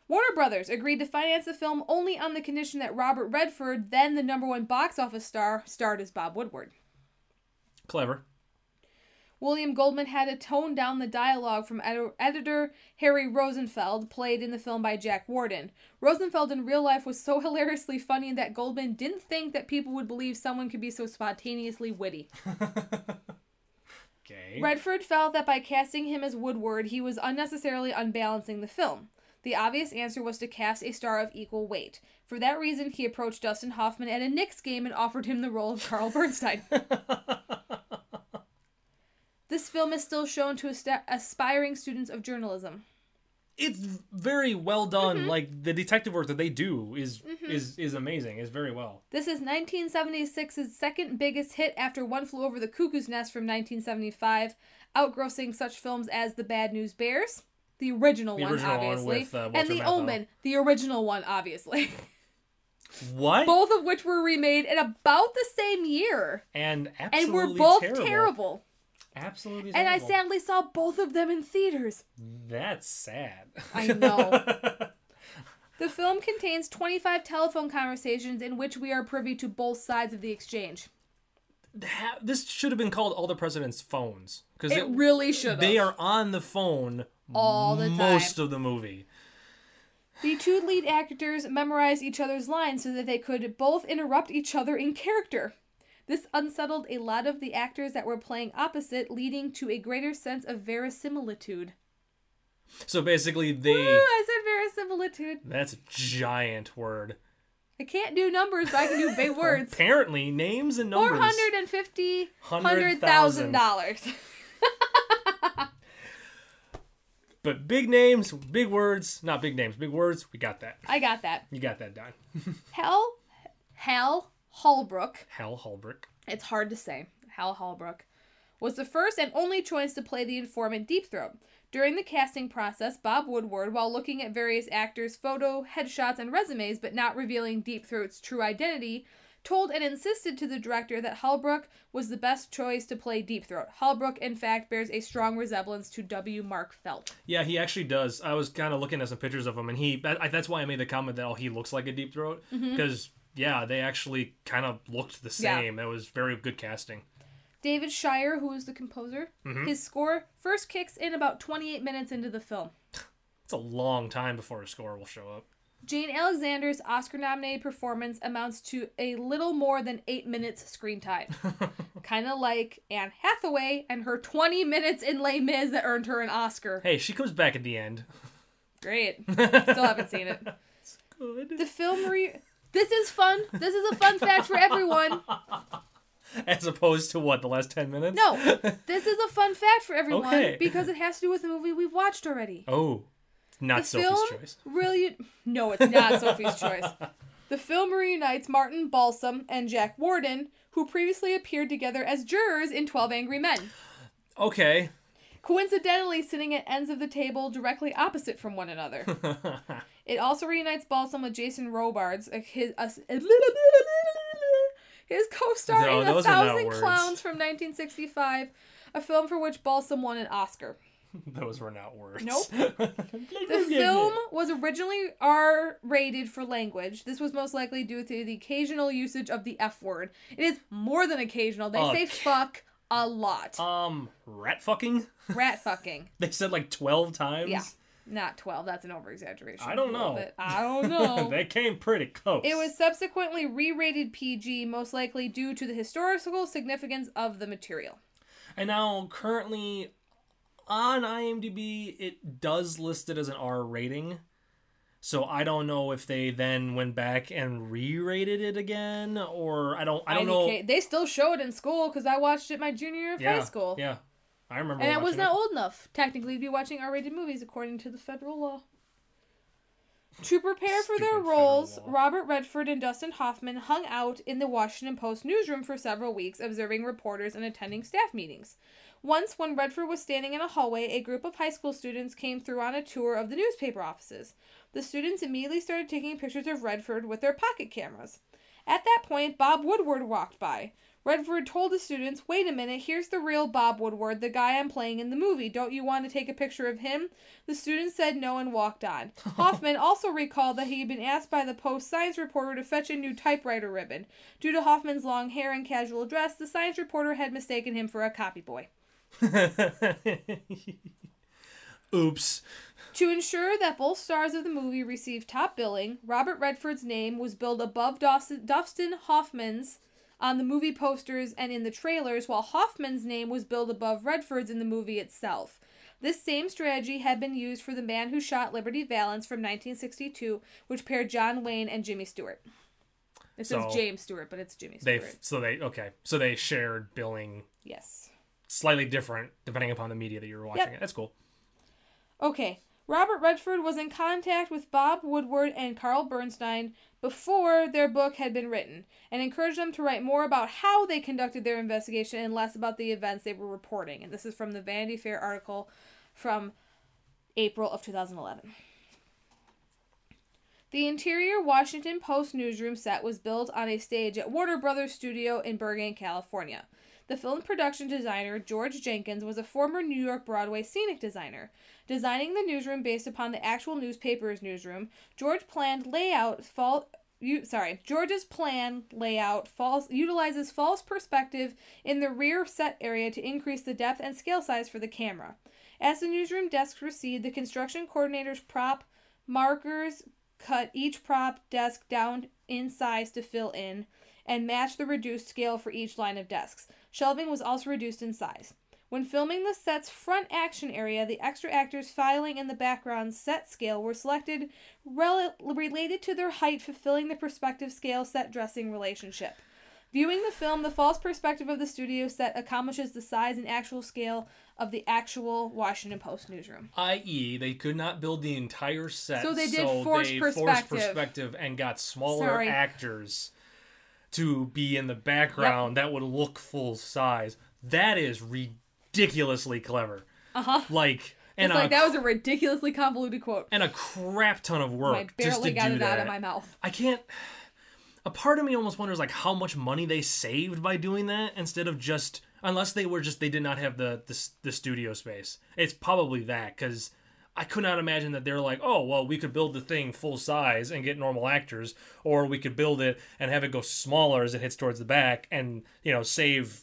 S3: Warner Brothers agreed to finance the film only on the condition that Robert Redford, then the number one box office star, starred as Bob Woodward.
S4: Clever.
S3: William Goldman had to tone down the dialogue from ed- editor Harry Rosenfeld, played in the film by Jack Warden. Rosenfeld in real life was so [laughs] hilariously funny that Goldman didn't think that people would believe someone could be so spontaneously witty.
S4: Okay.
S3: Redford felt that by casting him as Woodward, he was unnecessarily unbalancing the film. The obvious answer was to cast a star of equal weight. For that reason, he approached Dustin Hoffman at a Knicks game and offered him the role of Carl Bernstein. this film is still shown to ast- aspiring students of journalism.
S4: It's very well done.
S3: Mm-hmm.
S4: Like the detective work that they do is is is amazing. Is very well.
S3: This is 1976's second biggest hit after One Flew Over the Cuckoo's Nest from 1975, outgrossing such films as The Bad News Bears, the original,
S4: The
S3: one,
S4: original one
S3: obviously,
S4: with, uh,
S3: and
S4: Walter
S3: The
S4: Matthau.
S3: Omen, the original one, obviously. [laughs]
S4: What?
S3: both of which were remade in about the same year,
S4: and
S3: and
S4: absolutely
S3: were both
S4: terrible.
S3: terrible.
S4: Absolutely.
S3: And I
S4: terrible.
S3: sadly saw both of them in theaters.
S4: That's sad.
S3: I know. The film contains 25 telephone conversations in which we are privy to both sides of the exchange.
S4: [laughs] Ha- this should have been called all the president's phones because
S3: It really should.
S4: they are on the phone
S3: all the time.
S4: most of the movie.
S3: The two lead actors memorized each other's lines so that they could both interrupt each other in character. This unsettled a lot of the actors that were playing opposite, leading to a greater sense of verisimilitude.
S4: So basically, they
S3: Ooh, I said verisimilitude.
S4: that's a giant word.
S3: I can't do numbers, but I can do [laughs] big words.
S4: Apparently, names and numbers.
S3: Four hundred and fifty
S4: Hundred
S3: hundred thousand
S4: thousand.
S3: dollars.
S4: But big names, big words, not big names, big words. We got that.
S3: I got that.
S4: You got that done.
S3: Hal, Hal Holbrook.
S4: [laughs] Hal Holbrook.
S3: It's hard to say. Hal Holbrook was the first and only choice to play the informant Deep Throat. During the casting process, Bob Woodward, while looking at various actors' photo, headshots, and resumes, but not revealing Deep Throat's true identity, told and insisted to the director that Holbrook was the best choice to play Deep Throat. Holbrook, in fact, bears a strong resemblance to W. Mark Felt.
S4: Yeah, he actually does. I was kind of looking at some pictures of him, and he that, I- that's why I made the comment that oh, he looks like a deep throat because yeah, they actually kind of looked the
S3: Mm-hmm. Yeah.
S4: same. That was very good casting.
S3: David Shire, who is the composer, his score first kicks in about 28 minutes into the film.
S4: It's a long time before a score will show up.
S3: Jane Alexander's Oscar nominated performance amounts to a little more than eight minutes screen
S4: [laughs]
S3: time. kind of like Anne Hathaway and her 20 minutes in Les Mis that earned her an Oscar.
S4: Hey, she comes back at the end. [laughs]
S3: Great. Still haven't seen it.
S4: Good.
S3: The film re. This is fun. This is a fun fact for everyone.
S4: As opposed to what the last ten minutes?
S3: No, this is a fun fact for everyone
S4: Okay.
S3: because it has to do with a movie we've watched already.
S4: Oh, not
S3: the
S4: Sophie's
S3: film
S4: choice. [laughs]
S3: Really, no, it's not Sophie's choice. The film reunites Martin Balsam and Jack Warden, who previously appeared together as jurors in Twelve Angry Men,
S4: Okay.
S3: coincidentally sitting at ends of the table directly opposite from one
S4: [laughs]
S3: another. it also reunites Balsam with Jason Robards, a- his a, his co-star
S4: No,
S3: in A
S4: those are not
S3: Thousand
S4: words.
S3: Clowns from 1965, a film for which Balsam won an Oscar.
S4: Those were not words. [laughs]
S3: Nope. The
S4: the
S3: film was originally R rated for language. This was most likely due to the occasional usage of the F word. It is more than occasional. They
S4: Okay.
S3: say fuck a lot.
S4: Um, rat fucking. [laughs]
S3: Rat fucking.
S4: They said like twelve times. [laughs]
S3: Yeah. Not 12. That's an over exaggeration.
S4: I don't know.
S3: I
S4: [laughs]
S3: don't know.
S4: they came pretty close.
S3: It was subsequently re rated PG, most likely due to the historical significance of the material.
S4: And now, currently on IMDb, it does list it as an R rating. So I don't know if they then went back and re-rated it again, or I don't. I don't know.
S3: IDK They still show it in school because I watched it my junior year of
S4: yeah,
S3: high school.
S4: Yeah, I remember.
S3: And I was
S4: watching
S3: not
S4: it.
S3: old enough, technically, to be watching R rated movies according to the federal law. To prepare for their
S4: Stupid federal
S3: roles,
S4: law.
S3: Robert Redford and Dustin Hoffman hung out in the Washington Post newsroom for several weeks, observing reporters and attending staff meetings. Once, when Redford was standing in a hallway, a group of high school students came through on a tour of the newspaper offices. The students immediately started taking pictures of Redford with their pocket cameras. At that point, Bob Woodward walked by. Redford told the students, Wait a minute, here's the real Bob Woodward, the guy I'm playing in the movie. Don't you want to take a picture of him? The students said no and walked on. Hoffman also recalled that he had been asked by the Post science reporter to fetch a new typewriter ribbon. Due to Hoffman's long hair and casual dress, the science reporter had mistaken him for a copy boy.
S4: [laughs] Oops.
S3: To ensure that both stars of the movie received top billing, Robert Redford's name was billed above Dawson, Dustin Hoffman's on the movie posters and in the trailers, while Hoffman's name was billed above Redford's in the movie itself. This same strategy had been used for The Man Who Shot Liberty Valance from 1962, which paired John Wayne and Jimmy Stewart. It says
S4: So-
S3: James Stewart, but it's Jimmy
S4: They
S3: Stewart.
S4: f- so they okay. So they shared billing
S3: yes.
S4: slightly different depending upon the media that you were watching
S3: Yep.
S4: it. That's cool.
S3: Okay. Robert Redford was in contact with Bob Woodward and Carl Bernstein before their book had been written and encouraged them to write more about how they conducted their investigation and less about the events they were reporting. And this is from the Vanity Fair article from April of 2011. The interior Washington Post newsroom set was built on a stage at Warner Brothers Studio in Bergen, California. The film production designer George Jenkins was a former New York Broadway scenic designer. Designing the newsroom based upon the actual newspaper's newsroom, George planned layout fall you sorry, George's plan layout falls utilizes false perspective in the rear set area to increase the depth and scale size for the camera. As the newsroom desks recede, the construction coordinator's prop markers cut each prop desk down in size to fill in and match the reduced scale for each line of desks. Shelving was also reduced in size. When filming the set's front action area, the extra actors filing in the background set scale were selected rel- related to their height, fulfilling the perspective scale set dressing relationship. Viewing the film, the false perspective of the studio set accomplishes the size and actual scale of the actual Washington Post newsroom.
S4: I.e., E, they could not build the entire set,
S3: So they did
S4: so
S3: force
S4: they
S3: perspective.
S4: forced perspective and got smaller
S3: Sorry.
S4: actors to be in the background that would look full size. That is ridiculously clever.
S3: Uh huh.
S4: Like, and
S3: It's
S4: a,
S3: like that was a ridiculously convoluted quote.
S4: and a crap ton of work
S3: I
S4: just to
S3: barely got
S4: do
S3: it out
S4: that.
S3: of my mouth.
S4: I can't. A part of me almost wonders like how much money they saved by doing that instead of just unless they were just they did not have the the, s- the studio space. It's probably that because I could not imagine that they're like, oh well, we could build the thing full size and get normal actors, or we could build it and have it go smaller as it hits towards the back, and you know save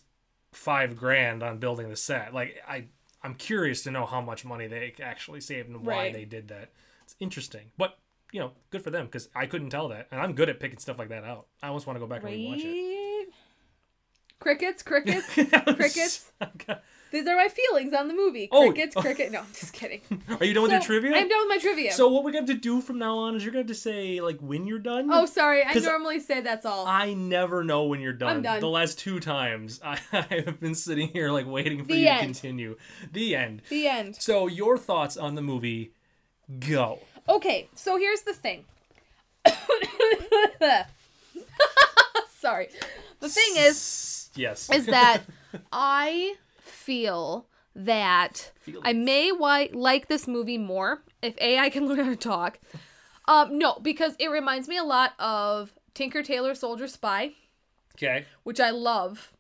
S4: five grand on building the set. Like I, I'm curious to know how much money they actually saved and why
S3: Right.
S4: they did that. It's interesting, but you know, good for them because I couldn't tell that, and I'm good at picking stuff like that out. I almost want to go back and rewatch
S3: Right? Crickets, crickets.
S4: [laughs] it.
S3: Crickets? These are my feelings on the movie.
S4: Oh.
S3: Crickets, cricket. No, I'm just
S4: [laughs]
S3: kidding.
S4: Are you done with your
S3: So,
S4: trivia?
S3: I'm done with my trivia.
S4: So what we have to do from now on is you're going to say like when you're done.
S3: oh, sorry. I
S4: 'Cause
S3: normally say that's all.
S4: I never know when you're done.
S3: I'm done.
S4: The last two times [laughs] I, I have been sitting here like waiting for
S3: The
S4: you
S3: end.
S4: to continue. The end.
S3: the end.
S4: So your thoughts on the movie? Go.
S3: Okay, so here's the thing. [coughs] Sorry. The thing is
S4: yes.
S3: is that I feel that I may wi- like this movie more if A I can [laughs] learn how to talk. Um no, because it reminds me a lot of Tinker Tailor Soldier Spy,
S4: okay.
S3: which I love,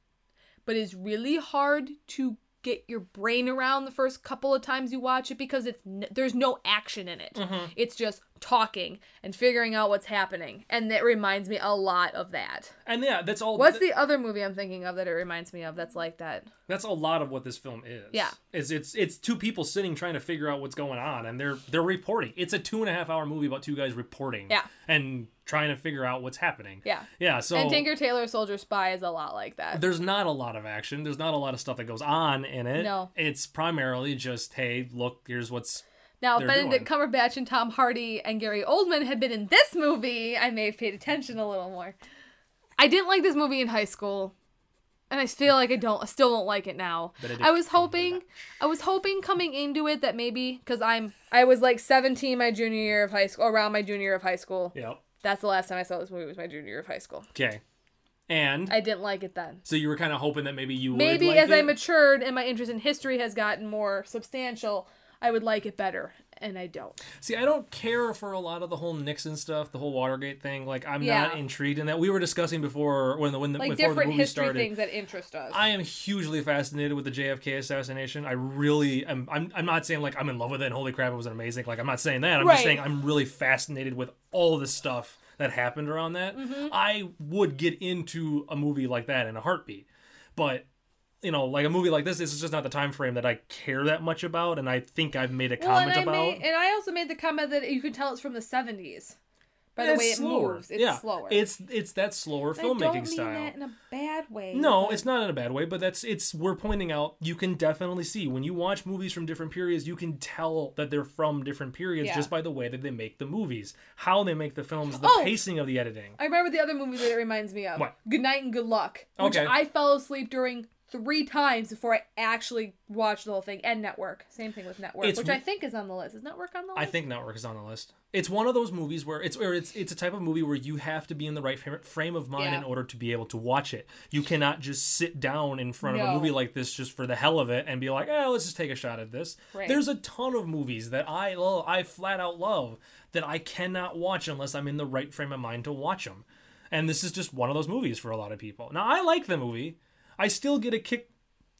S3: but is really hard to get your brain around the first couple of times you watch it because it's n- there's no action in it. It's just talking and figuring out what's happening, and that reminds me a lot of that.
S4: And yeah, that's all.
S3: What's the other movie I'm thinking of that it reminds me of that's like that?
S4: that's a lot of what this film is.
S3: Yeah.
S4: Is it's it's two people sitting trying to figure out what's going on, and they're they're reporting. It's a two and a half hour movie about two guys reporting.
S3: Yeah.
S4: And trying to figure out what's happening.
S3: Yeah.
S4: Yeah. So
S3: and Tinker Tailor Soldier Spy is a lot like that.
S4: there's not a lot of action. There's not a lot of stuff that goes on in it.
S3: No.
S4: It's primarily just hey, look, here's what's
S3: Now, if
S4: they're
S3: Benedict Cumberbatch and Tom Hardy and Gary Oldman had been in this movie, I may have paid attention a little more. I didn't like this movie in high school, and I feel like I don't, I still don't like it now.
S4: Benedict
S3: I was hoping, I was hoping coming into it that maybe because I'm, I was like 17 my junior year of high school, around my junior year of high school.
S4: yep.
S3: That's the last time I saw this movie was my junior year of high school.
S4: Okay. And
S3: I didn't like it then.
S4: so you were kind of hoping that maybe you
S3: maybe
S4: would like
S3: as I
S4: it?
S3: matured and my interest in history has gotten more substantial, I would like it better, and I don't.
S4: See, I don't care for a lot of the whole Nixon stuff, the whole Watergate thing. Like, I'm
S3: Yeah.
S4: not intrigued in that. We were discussing before when the when the,
S3: Like
S4: before the
S3: different
S4: movie
S3: history
S4: started.
S3: things that interest us.
S4: I am hugely fascinated with the JFK assassination. I really am. I'm, I'm not saying like I'm in love with it and holy crap, it was amazing. Like, I'm not saying that. I'm
S3: Right.
S4: just saying I'm really fascinated with all the stuff that happened
S3: Mm-hmm.
S4: around that. I would get into a movie like that in a heartbeat. But you know, like a movie like this, this is just not the time frame that I care that much about, and I think I've made a
S3: Well, and
S4: comment
S3: I
S4: about.
S3: made, and I also made the comment that you can tell it's from the seventies by the
S4: It's
S3: way it
S4: slower.
S3: moves. It's
S4: yeah.
S3: slower.
S4: It's it's that slower
S3: I
S4: filmmaking
S3: don't mean
S4: style.
S3: that in a bad way.
S4: No,
S3: but-
S4: it's not in a bad way, but that's it's we're pointing out you can definitely see when you watch movies from different periods, you can tell that they're from different periods
S3: Yeah.
S4: just by the way that they make the movies, how they make the films, the
S3: Oh!
S4: pacing of the editing.
S3: I remember the other movie that it reminds me of.
S4: What?
S3: Good Night and Good Luck. Which
S4: Okay.
S3: I fell asleep during three times before I actually watched the whole thing. And Network. Same thing with Network,
S4: It's
S3: which
S4: w-
S3: I think is on the list. Is Network on the list?
S4: I think Network is on the list. It's one of those movies where it's or it's it's a type of movie where you have to be in the right frame- frame of mind
S3: Yeah.
S4: in order to be able to watch it. You cannot just sit down in front of a
S3: No.
S4: movie like this just for the hell of it and be like, "Oh, let's just take a shot at this."
S3: Right.
S4: There's a ton of movies that I love, I flat out love that I cannot watch unless I'm in the right frame of mind to watch them. And this is just one of those movies for a lot of people. Now, I like the movie. I still get a kick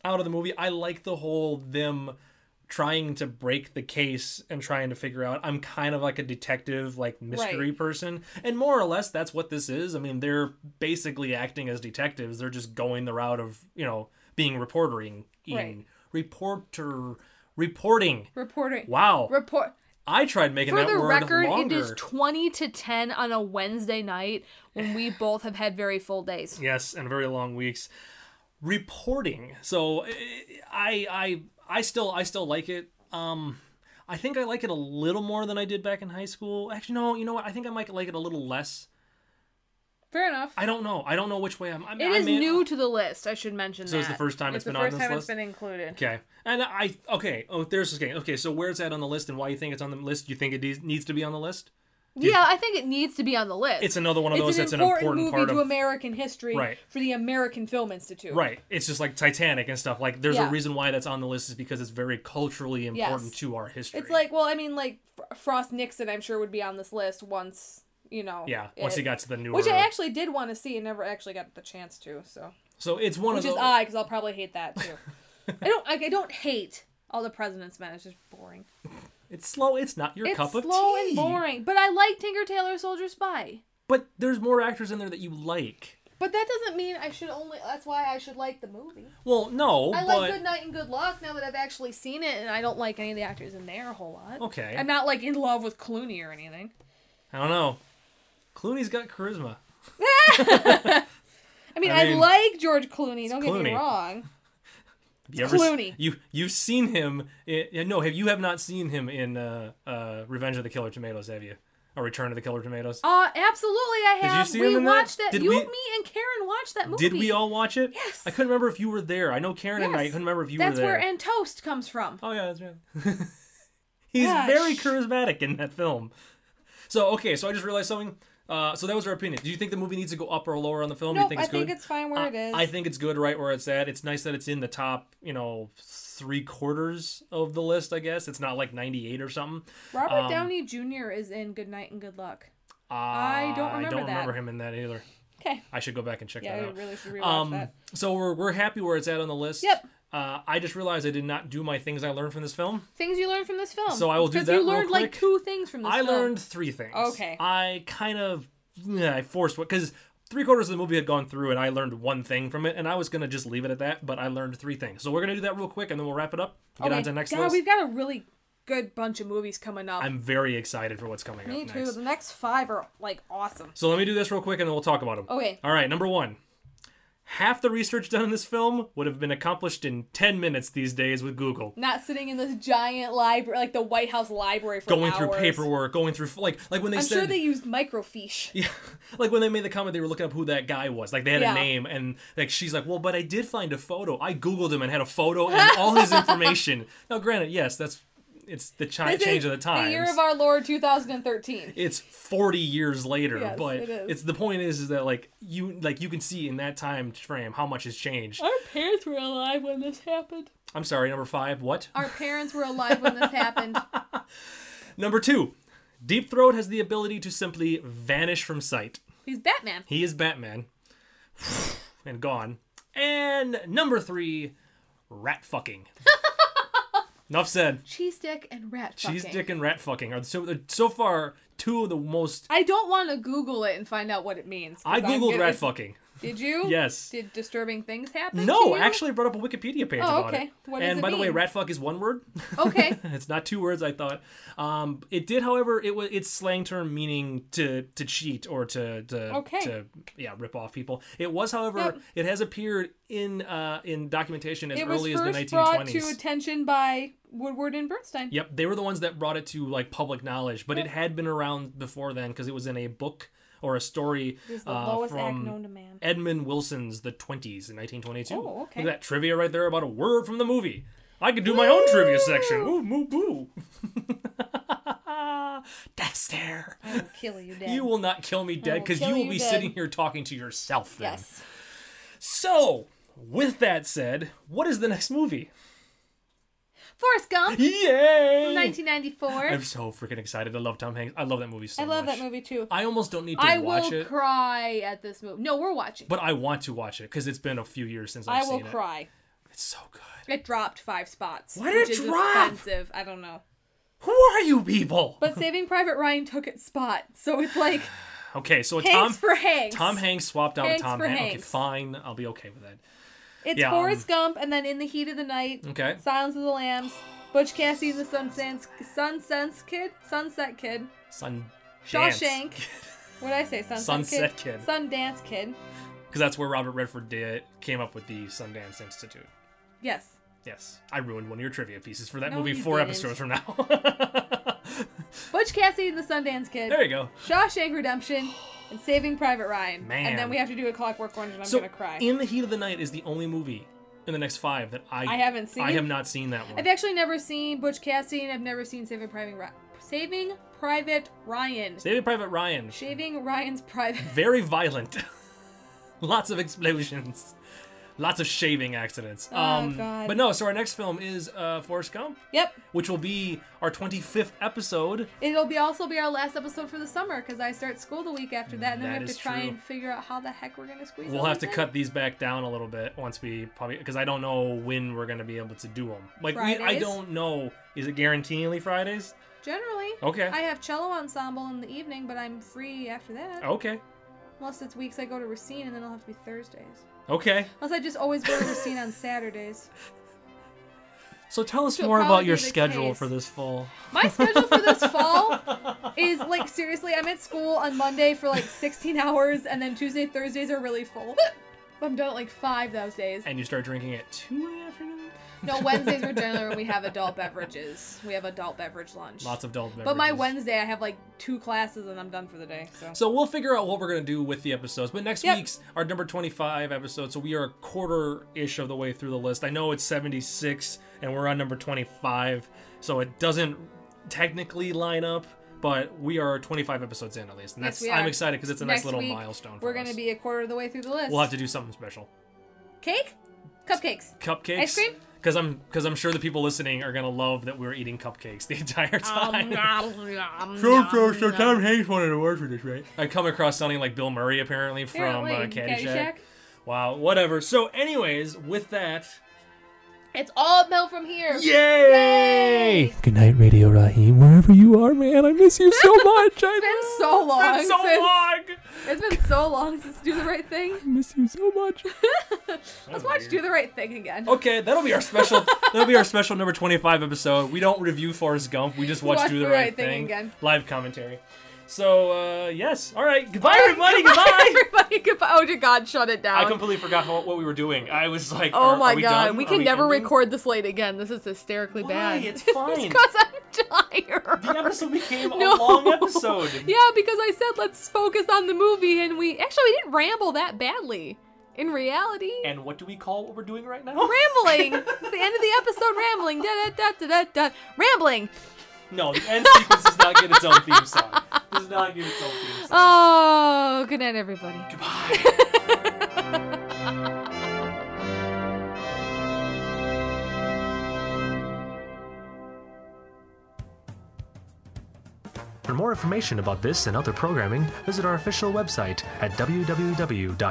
S4: out of the movie. I like the whole them trying to break the case and trying to figure out. I'm kind of like a detective, like mystery person, and more or less that's what this is. I mean, they're basically acting as detectives. They're just going the route of you know being reportering,
S3: Right.
S4: reporter, reporting.
S3: Reporting.
S4: Wow,
S3: Report.
S4: I tried making
S3: For
S4: that
S3: the
S4: word
S3: record,
S4: longer.
S3: it is 20 to 10 on a Wednesday night when
S4: [sighs]
S3: we both have had very full days.
S4: Yes, and very long weeks. Reporting. So I I I still I still like it. Um I think I like it a little more than I did back in high school. Actually, no, you know what? I think I might like it a little less.
S3: Fair enough.
S4: I don't know. I don't know which way I'm. I'm
S3: It
S4: I
S3: is
S4: may-
S3: new to the list. I should mention
S4: So
S3: that.
S4: it's the first time it's
S3: it's
S4: been
S3: the
S4: on
S3: first
S4: this
S3: time
S4: list?
S3: it's been included.
S4: Okay, and I okay. Oh, there's this game. Okay, so where it's at on the list and why you think it's on the list? You think it de- needs to be on the list?
S3: Yeah, I think it needs to be on the list.
S4: It's another one of
S3: It's
S4: those
S3: an
S4: that's
S3: important
S4: an important
S3: movie
S4: part
S3: to
S4: of
S3: American history
S4: Right.
S3: for the American Film Institute.
S4: Right. It's just like Titanic and stuff. Like there's
S3: Yeah.
S4: a reason why that's on the list is because it's very culturally important
S3: Yes.
S4: to our history.
S3: It's like, well, I mean, like Fr- Frost Nixon, I'm sure would be on this list once you know.
S4: Yeah, once
S3: it-
S4: he got to the newer.
S3: which I actually did want to see and never actually got the chance to. So,
S4: so it's one
S3: which
S4: of
S3: is
S4: those.
S3: odd because I'll probably hate that
S4: [laughs]
S3: too. I don't, like, I don't hate all the President's Men. It's just boring.
S4: It's slow. It's not your
S3: It's
S4: cup of
S3: slow
S4: tea.
S3: and boring, but I like Tinker Tailor Soldier Spy.
S4: But there's more actors in there that you like.
S3: But that doesn't mean I should only. That's why I should like the movie.
S4: Well, no,
S3: I
S4: but
S3: like Good Night and Good Luck now that I've actually seen it, and I don't like any of the actors in there a whole lot.
S4: Okay.
S3: I'm not like in love with Clooney or anything.
S4: I don't know. Clooney's got charisma.
S3: I mean,
S4: I
S3: I,
S4: mean,
S3: like George Clooney. Don't get me
S4: Clooney.
S3: wrong.
S4: Have you ever s-
S3: Clooney.
S4: you you've seen him. In, yeah, no, have you have not seen him in uh, uh, Revenge of the Killer Tomatoes? Have you? Or Return of the Killer Tomatoes?
S3: Uh, absolutely, I
S4: you
S3: have.
S4: see
S3: we
S4: him in that?
S3: watched that.
S4: Did
S3: you,
S4: we-
S3: me, and Karen watched that movie.
S4: Did we all watch it?
S3: Yes.
S4: I couldn't remember if you were there. I know Karen and I
S3: Yes.
S4: couldn't remember if you
S3: That's
S4: were there.
S3: where and toast comes from.
S4: Oh yeah, that's right. [laughs] He's
S3: Gosh.
S4: very charismatic in that film. So okay, so I just realized something. Uh, so that was our opinion. Do you think the movie needs to go up or lower on the film? Do
S3: No,
S4: you think
S3: I
S4: it's
S3: think
S4: good?
S3: it's fine where
S4: I-
S3: it is.
S4: I think it's good right where it's at. It's nice that it's in the top, you know, three quarters of the list. I guess it's not like ninety eight or something.
S3: Robert
S4: um,
S3: Downey Jr. is in Good Night and Good Luck.
S4: Uh,
S3: I don't
S4: I
S3: remember
S4: don't
S3: that.
S4: remember him in that either.
S3: Okay.
S4: I should go back and check
S3: Yeah,
S4: that
S3: I
S4: out.
S3: really should rewatch
S4: Um,
S3: that.
S4: so we're we're happy where it's at on the list.
S3: Yep.
S4: Uh, I just realized I did not do my things I learned from this film.
S3: Things you learned from this film.
S4: so I will
S3: It's
S4: do
S3: 'cause
S4: that
S3: You
S4: real
S3: learned like
S4: quick.
S3: two things from this
S4: I
S3: film.
S4: learned three things.
S3: Okay.
S4: I kind of yeah, I forced what because three quarters of the movie had gone through and I learned one thing from it, and I was gonna just leave it at that, but I learned three things. So we're gonna do that real quick, and then we'll wrap it up. Get
S3: Okay.
S4: on to the next
S3: Oh God,
S4: list.
S3: we've got a really good bunch of movies coming up.
S4: I'm very excited for what's coming
S3: Me
S4: up
S3: too.
S4: next.
S3: The next five are like awesome.
S4: So let me do this real quick, and then we'll talk about them.
S3: Okay.
S4: All right. Number one. Half the research done in this film would have been accomplished in 10 minutes these days with Google.
S3: Not sitting in this giant library, like the White House library for
S4: Going through
S3: hours.
S4: paperwork, going through like like when they
S3: I'm
S4: said
S3: sure they used microfiche.
S4: Yeah, [laughs] like when they made the comment, they were looking up who that guy was. Like they had
S3: Yeah.
S4: a name, and like she's like, "Well, but I did find a photo. I googled him and had a photo and
S3: [laughs]
S4: all his information." now, granted, yes, that's it's the chi-
S3: This
S4: change
S3: is
S4: of the times.
S3: The year of our Lord 2013.
S4: it's 40 years later,
S3: Yes,
S4: but
S3: it is.
S4: it's the point is is that like you like you can see in that time frame how much has changed.
S3: Our parents were alive when this happened.
S4: I'm sorry, number five. What?
S3: Our parents were alive when this
S4: [laughs]
S3: happened.
S4: Number two, Deep Throat has the ability to simply vanish from sight.
S3: He's Batman.
S4: He is Batman. [sighs] and gone. And number three, rat fucking. Enough said.
S3: Cheese dick and rat fucking.
S4: Cheese dick and rat fucking are so so far two of the most.
S3: I don't want to Google it and find out what it means. 'cause
S4: I
S3: I'm
S4: googled
S3: gonna-
S4: rat fucking.
S3: Did you?
S4: Yes.
S3: Did disturbing things happen? to you?
S4: No, actually, I brought up a Wikipedia page
S3: Oh,
S4: about
S3: okay.
S4: it.
S3: What does
S4: and
S3: it
S4: by the way,
S3: mean?
S4: ratfuck is one word. [laughs]
S3: Okay.
S4: it's not two words. I thought. Um, it did, however, it was its slang term meaning to to cheat or to to,
S3: Okay.
S4: to yeah rip off people. It was, however,
S3: Yep.
S4: it has appeared in uh, in documentation as
S3: It was
S4: early as the
S3: first
S4: nineteen
S3: brought to
S4: twenties.
S3: attention by Woodward and Bernstein.
S4: Yep, they were the ones that brought it to like public knowledge,
S3: Oh.
S4: but it had been around before then because it was in a book or a story
S3: This is the
S4: uh,
S3: lowest act
S4: from
S3: known to man.
S4: Edmund Wilson's The Twenties in 1922.
S3: Oh, okay.
S4: Look at that trivia right there about a word from the movie. I could do my own trivia section.
S3: Woo!
S4: Ooh, moo boo. [laughs] That's there.
S3: I will kill
S4: [laughs]
S3: you dead.
S4: You will not kill me dead
S3: will
S4: because you
S3: kill
S4: will
S3: you
S4: be
S3: dead.
S4: sitting here talking to yourself then.
S3: Yes.
S4: So, with that said, what is the
S3: [laughs]
S4: next movie?
S3: Forrest Gump,
S4: Yay!
S3: 1994.
S4: I'm so freaking excited. I love Tom Hanks. I love that movie so
S3: I
S4: much.
S3: love that movie too.
S4: I almost don't need to
S3: I
S4: watch
S3: will
S4: it,
S3: cry at this movie. No, we're watching.
S4: but I want to watch it because it's been a few years since
S3: I
S4: I've
S3: will
S4: seen
S3: cry.
S4: it. It's so good.
S3: It dropped five spots.
S4: Why did
S3: which
S4: it
S3: is
S4: drop?
S3: Offensive. I don't know.
S4: Who are you people? [laughs]
S3: But Saving Private Ryan took its spot, so it's like
S4: Okay, so a
S3: Hanks
S4: Tom
S3: for Hanks.
S4: Tom Hanks swapped out a
S3: Hanks
S4: Tom
S3: for
S4: Hanks. Okay,
S3: Hanks.
S4: fine. I'll be okay with that.
S3: It's
S4: Yeah, um,
S3: Forrest Gump, and then In the Heat of the Night,
S4: Okay.
S3: Silence of the Lambs, Butch Cassidy and the Sunsense Sunsense Kid, Sunset Kid,
S4: Sun
S3: Shawshank. [laughs] What did I say? Sunset
S4: Sunset
S3: Kid.
S4: Kid.
S3: Sundance Kid.
S4: Because that's where Robert Redford did came up with the Sundance Institute.
S3: Yes.
S4: Yes. I ruined one of your trivia pieces for that
S3: No,
S4: movie
S3: you
S4: 4
S3: didn't.
S4: episodes from now.
S3: Butch Cassidy and the Sundance Kid.
S4: [laughs] there you go.
S3: Shawshank Redemption and Saving Private Ryan.
S4: Man.
S3: And then we have to do a Clockwork Orange, and I'm
S4: so
S3: gonna cry.
S4: In the Heat of the Night is the only movie in the next 5 that I
S3: I haven't seen.
S4: I have not seen that one.
S3: I've actually never seen Butch Cassidy, and I've never seen Saving Private Ryan. Saving Private Ryan.
S4: Saving Private Ryan.
S3: Shaving Ryan's private. [laughs]
S4: Very violent. [laughs] Lots of explosions. Lots of shaving accidents.
S3: Oh,
S4: um
S3: God.
S4: but no, so our next film is uh Forrest Gump.
S3: Yep.
S4: which will be our 25th episode.
S3: It'll be also be our last episode for the summer because I start school the week after that, and then
S4: That
S3: we have
S4: is
S3: to try
S4: true.
S3: and figure out how the heck we're gonna squeeze.
S4: We'll
S3: all
S4: have to
S3: this in.
S4: cut these back down a little bit once we probably because I don't know when we're gonna be able to do them. Like we, I
S3: Fridays?
S4: don't know. Is it guaranteeingly Fridays?
S3: Generally,
S4: Okay.
S3: I have cello ensemble in the evening, but I'm free after that.
S4: okay.
S3: Unless it's weeks I go to Racine, and then it'll have to be Thursdays.
S4: Okay.
S3: Unless I just always go to Racine on
S4: [laughs]
S3: Saturdays.
S4: So tell us
S3: She'll
S4: more about
S3: probably
S4: your
S3: be the
S4: schedule
S3: case.
S4: for this fall.
S3: My schedule for this fall is like seriously, I'm at school on Monday for like 16 hours, and then Tuesday, Thursdays are really full. [laughs] I'm done at like five those days.
S4: And you start drinking at two in the afternoon. [laughs]
S3: No, Wednesdays are generally when we have adult beverages. We have adult beverage lunch.
S4: Lots of adult beverages.
S3: but my Wednesday, I have like two classes, and I'm done for the day. So,
S4: So we'll figure out what we're gonna do with the episodes. But next
S3: Yep.
S4: week's our number twenty-five episode, so we are a quarter-ish of the way through the list. I know it's seventy-six, and we're on number twenty-five, so it doesn't technically line up, but we are twenty-five episodes in at least, and
S3: Yes,
S4: that's
S3: we
S4: I'm
S3: are.
S4: excited because it's a nice
S3: next
S4: little
S3: week
S4: milestone. For
S3: we're
S4: us.
S3: gonna be a quarter of the way through the list.
S4: We'll have to do something special.
S3: cake, cupcakes.
S4: Cupcakes.
S3: Ice cream?
S4: Because I'm because I'm sure the people listening are gonna love that we're eating cupcakes the [laughs] entire time.
S3: Sure,
S4: Hanks wanted to work for this, right? I come across sounding like Bill Murray apparently from uh, Caddyshack. Wow, whatever. So, anyways, with that,
S3: It's all Mel from here.
S4: yay!
S3: Yay!
S5: Good night, Radio Raheem, wherever you are, man. I miss you
S3: [laughs]
S5: so much. I
S3: It's been so long.
S4: That's so
S3: since,
S4: long.
S3: It's been so long since Do the Right Thing.
S4: [laughs]
S5: miss you so much.
S3: Let's watch Do the Right Thing again. [laughs]
S4: Okay, that'll be our special. that'll be our special number twenty-five episode. We don't review Forrest Gump. We just watch,
S3: Watch
S4: Do the, Right Thing,
S3: again.
S4: live commentary. So, uh, yes. All right. Goodbye,
S3: All right,
S4: everybody. Goodbye.
S3: [laughs] Everybody, goodbye. Oh, dear God, shut it down.
S4: I completely forgot how, what we were doing. I was like,
S3: Oh
S4: are-
S3: my
S4: are we
S3: god,
S4: done?
S3: we
S4: Are
S3: can never
S4: ending?
S3: record this late again. This is hysterically
S4: Why?
S3: bad. [laughs]
S4: It's fine.
S3: because I'm tired.
S4: the episode became
S3: [laughs] No.
S4: a long episode.
S3: [laughs] Yeah, because I said let's focus on the movie, and we actually we didn't ramble that badly. In reality,
S4: And what do we call what we're doing right now?
S3: rambling. It's the end of the episode, rambling. Da da da da da da. Rambling.
S4: No, the end sequence does not get its own theme song. Does not get its own theme song.
S3: Oh, good night, everybody.
S4: Goodbye.
S5: [laughs] For more information about this and other programming, visit our official website at www.ghostat.net.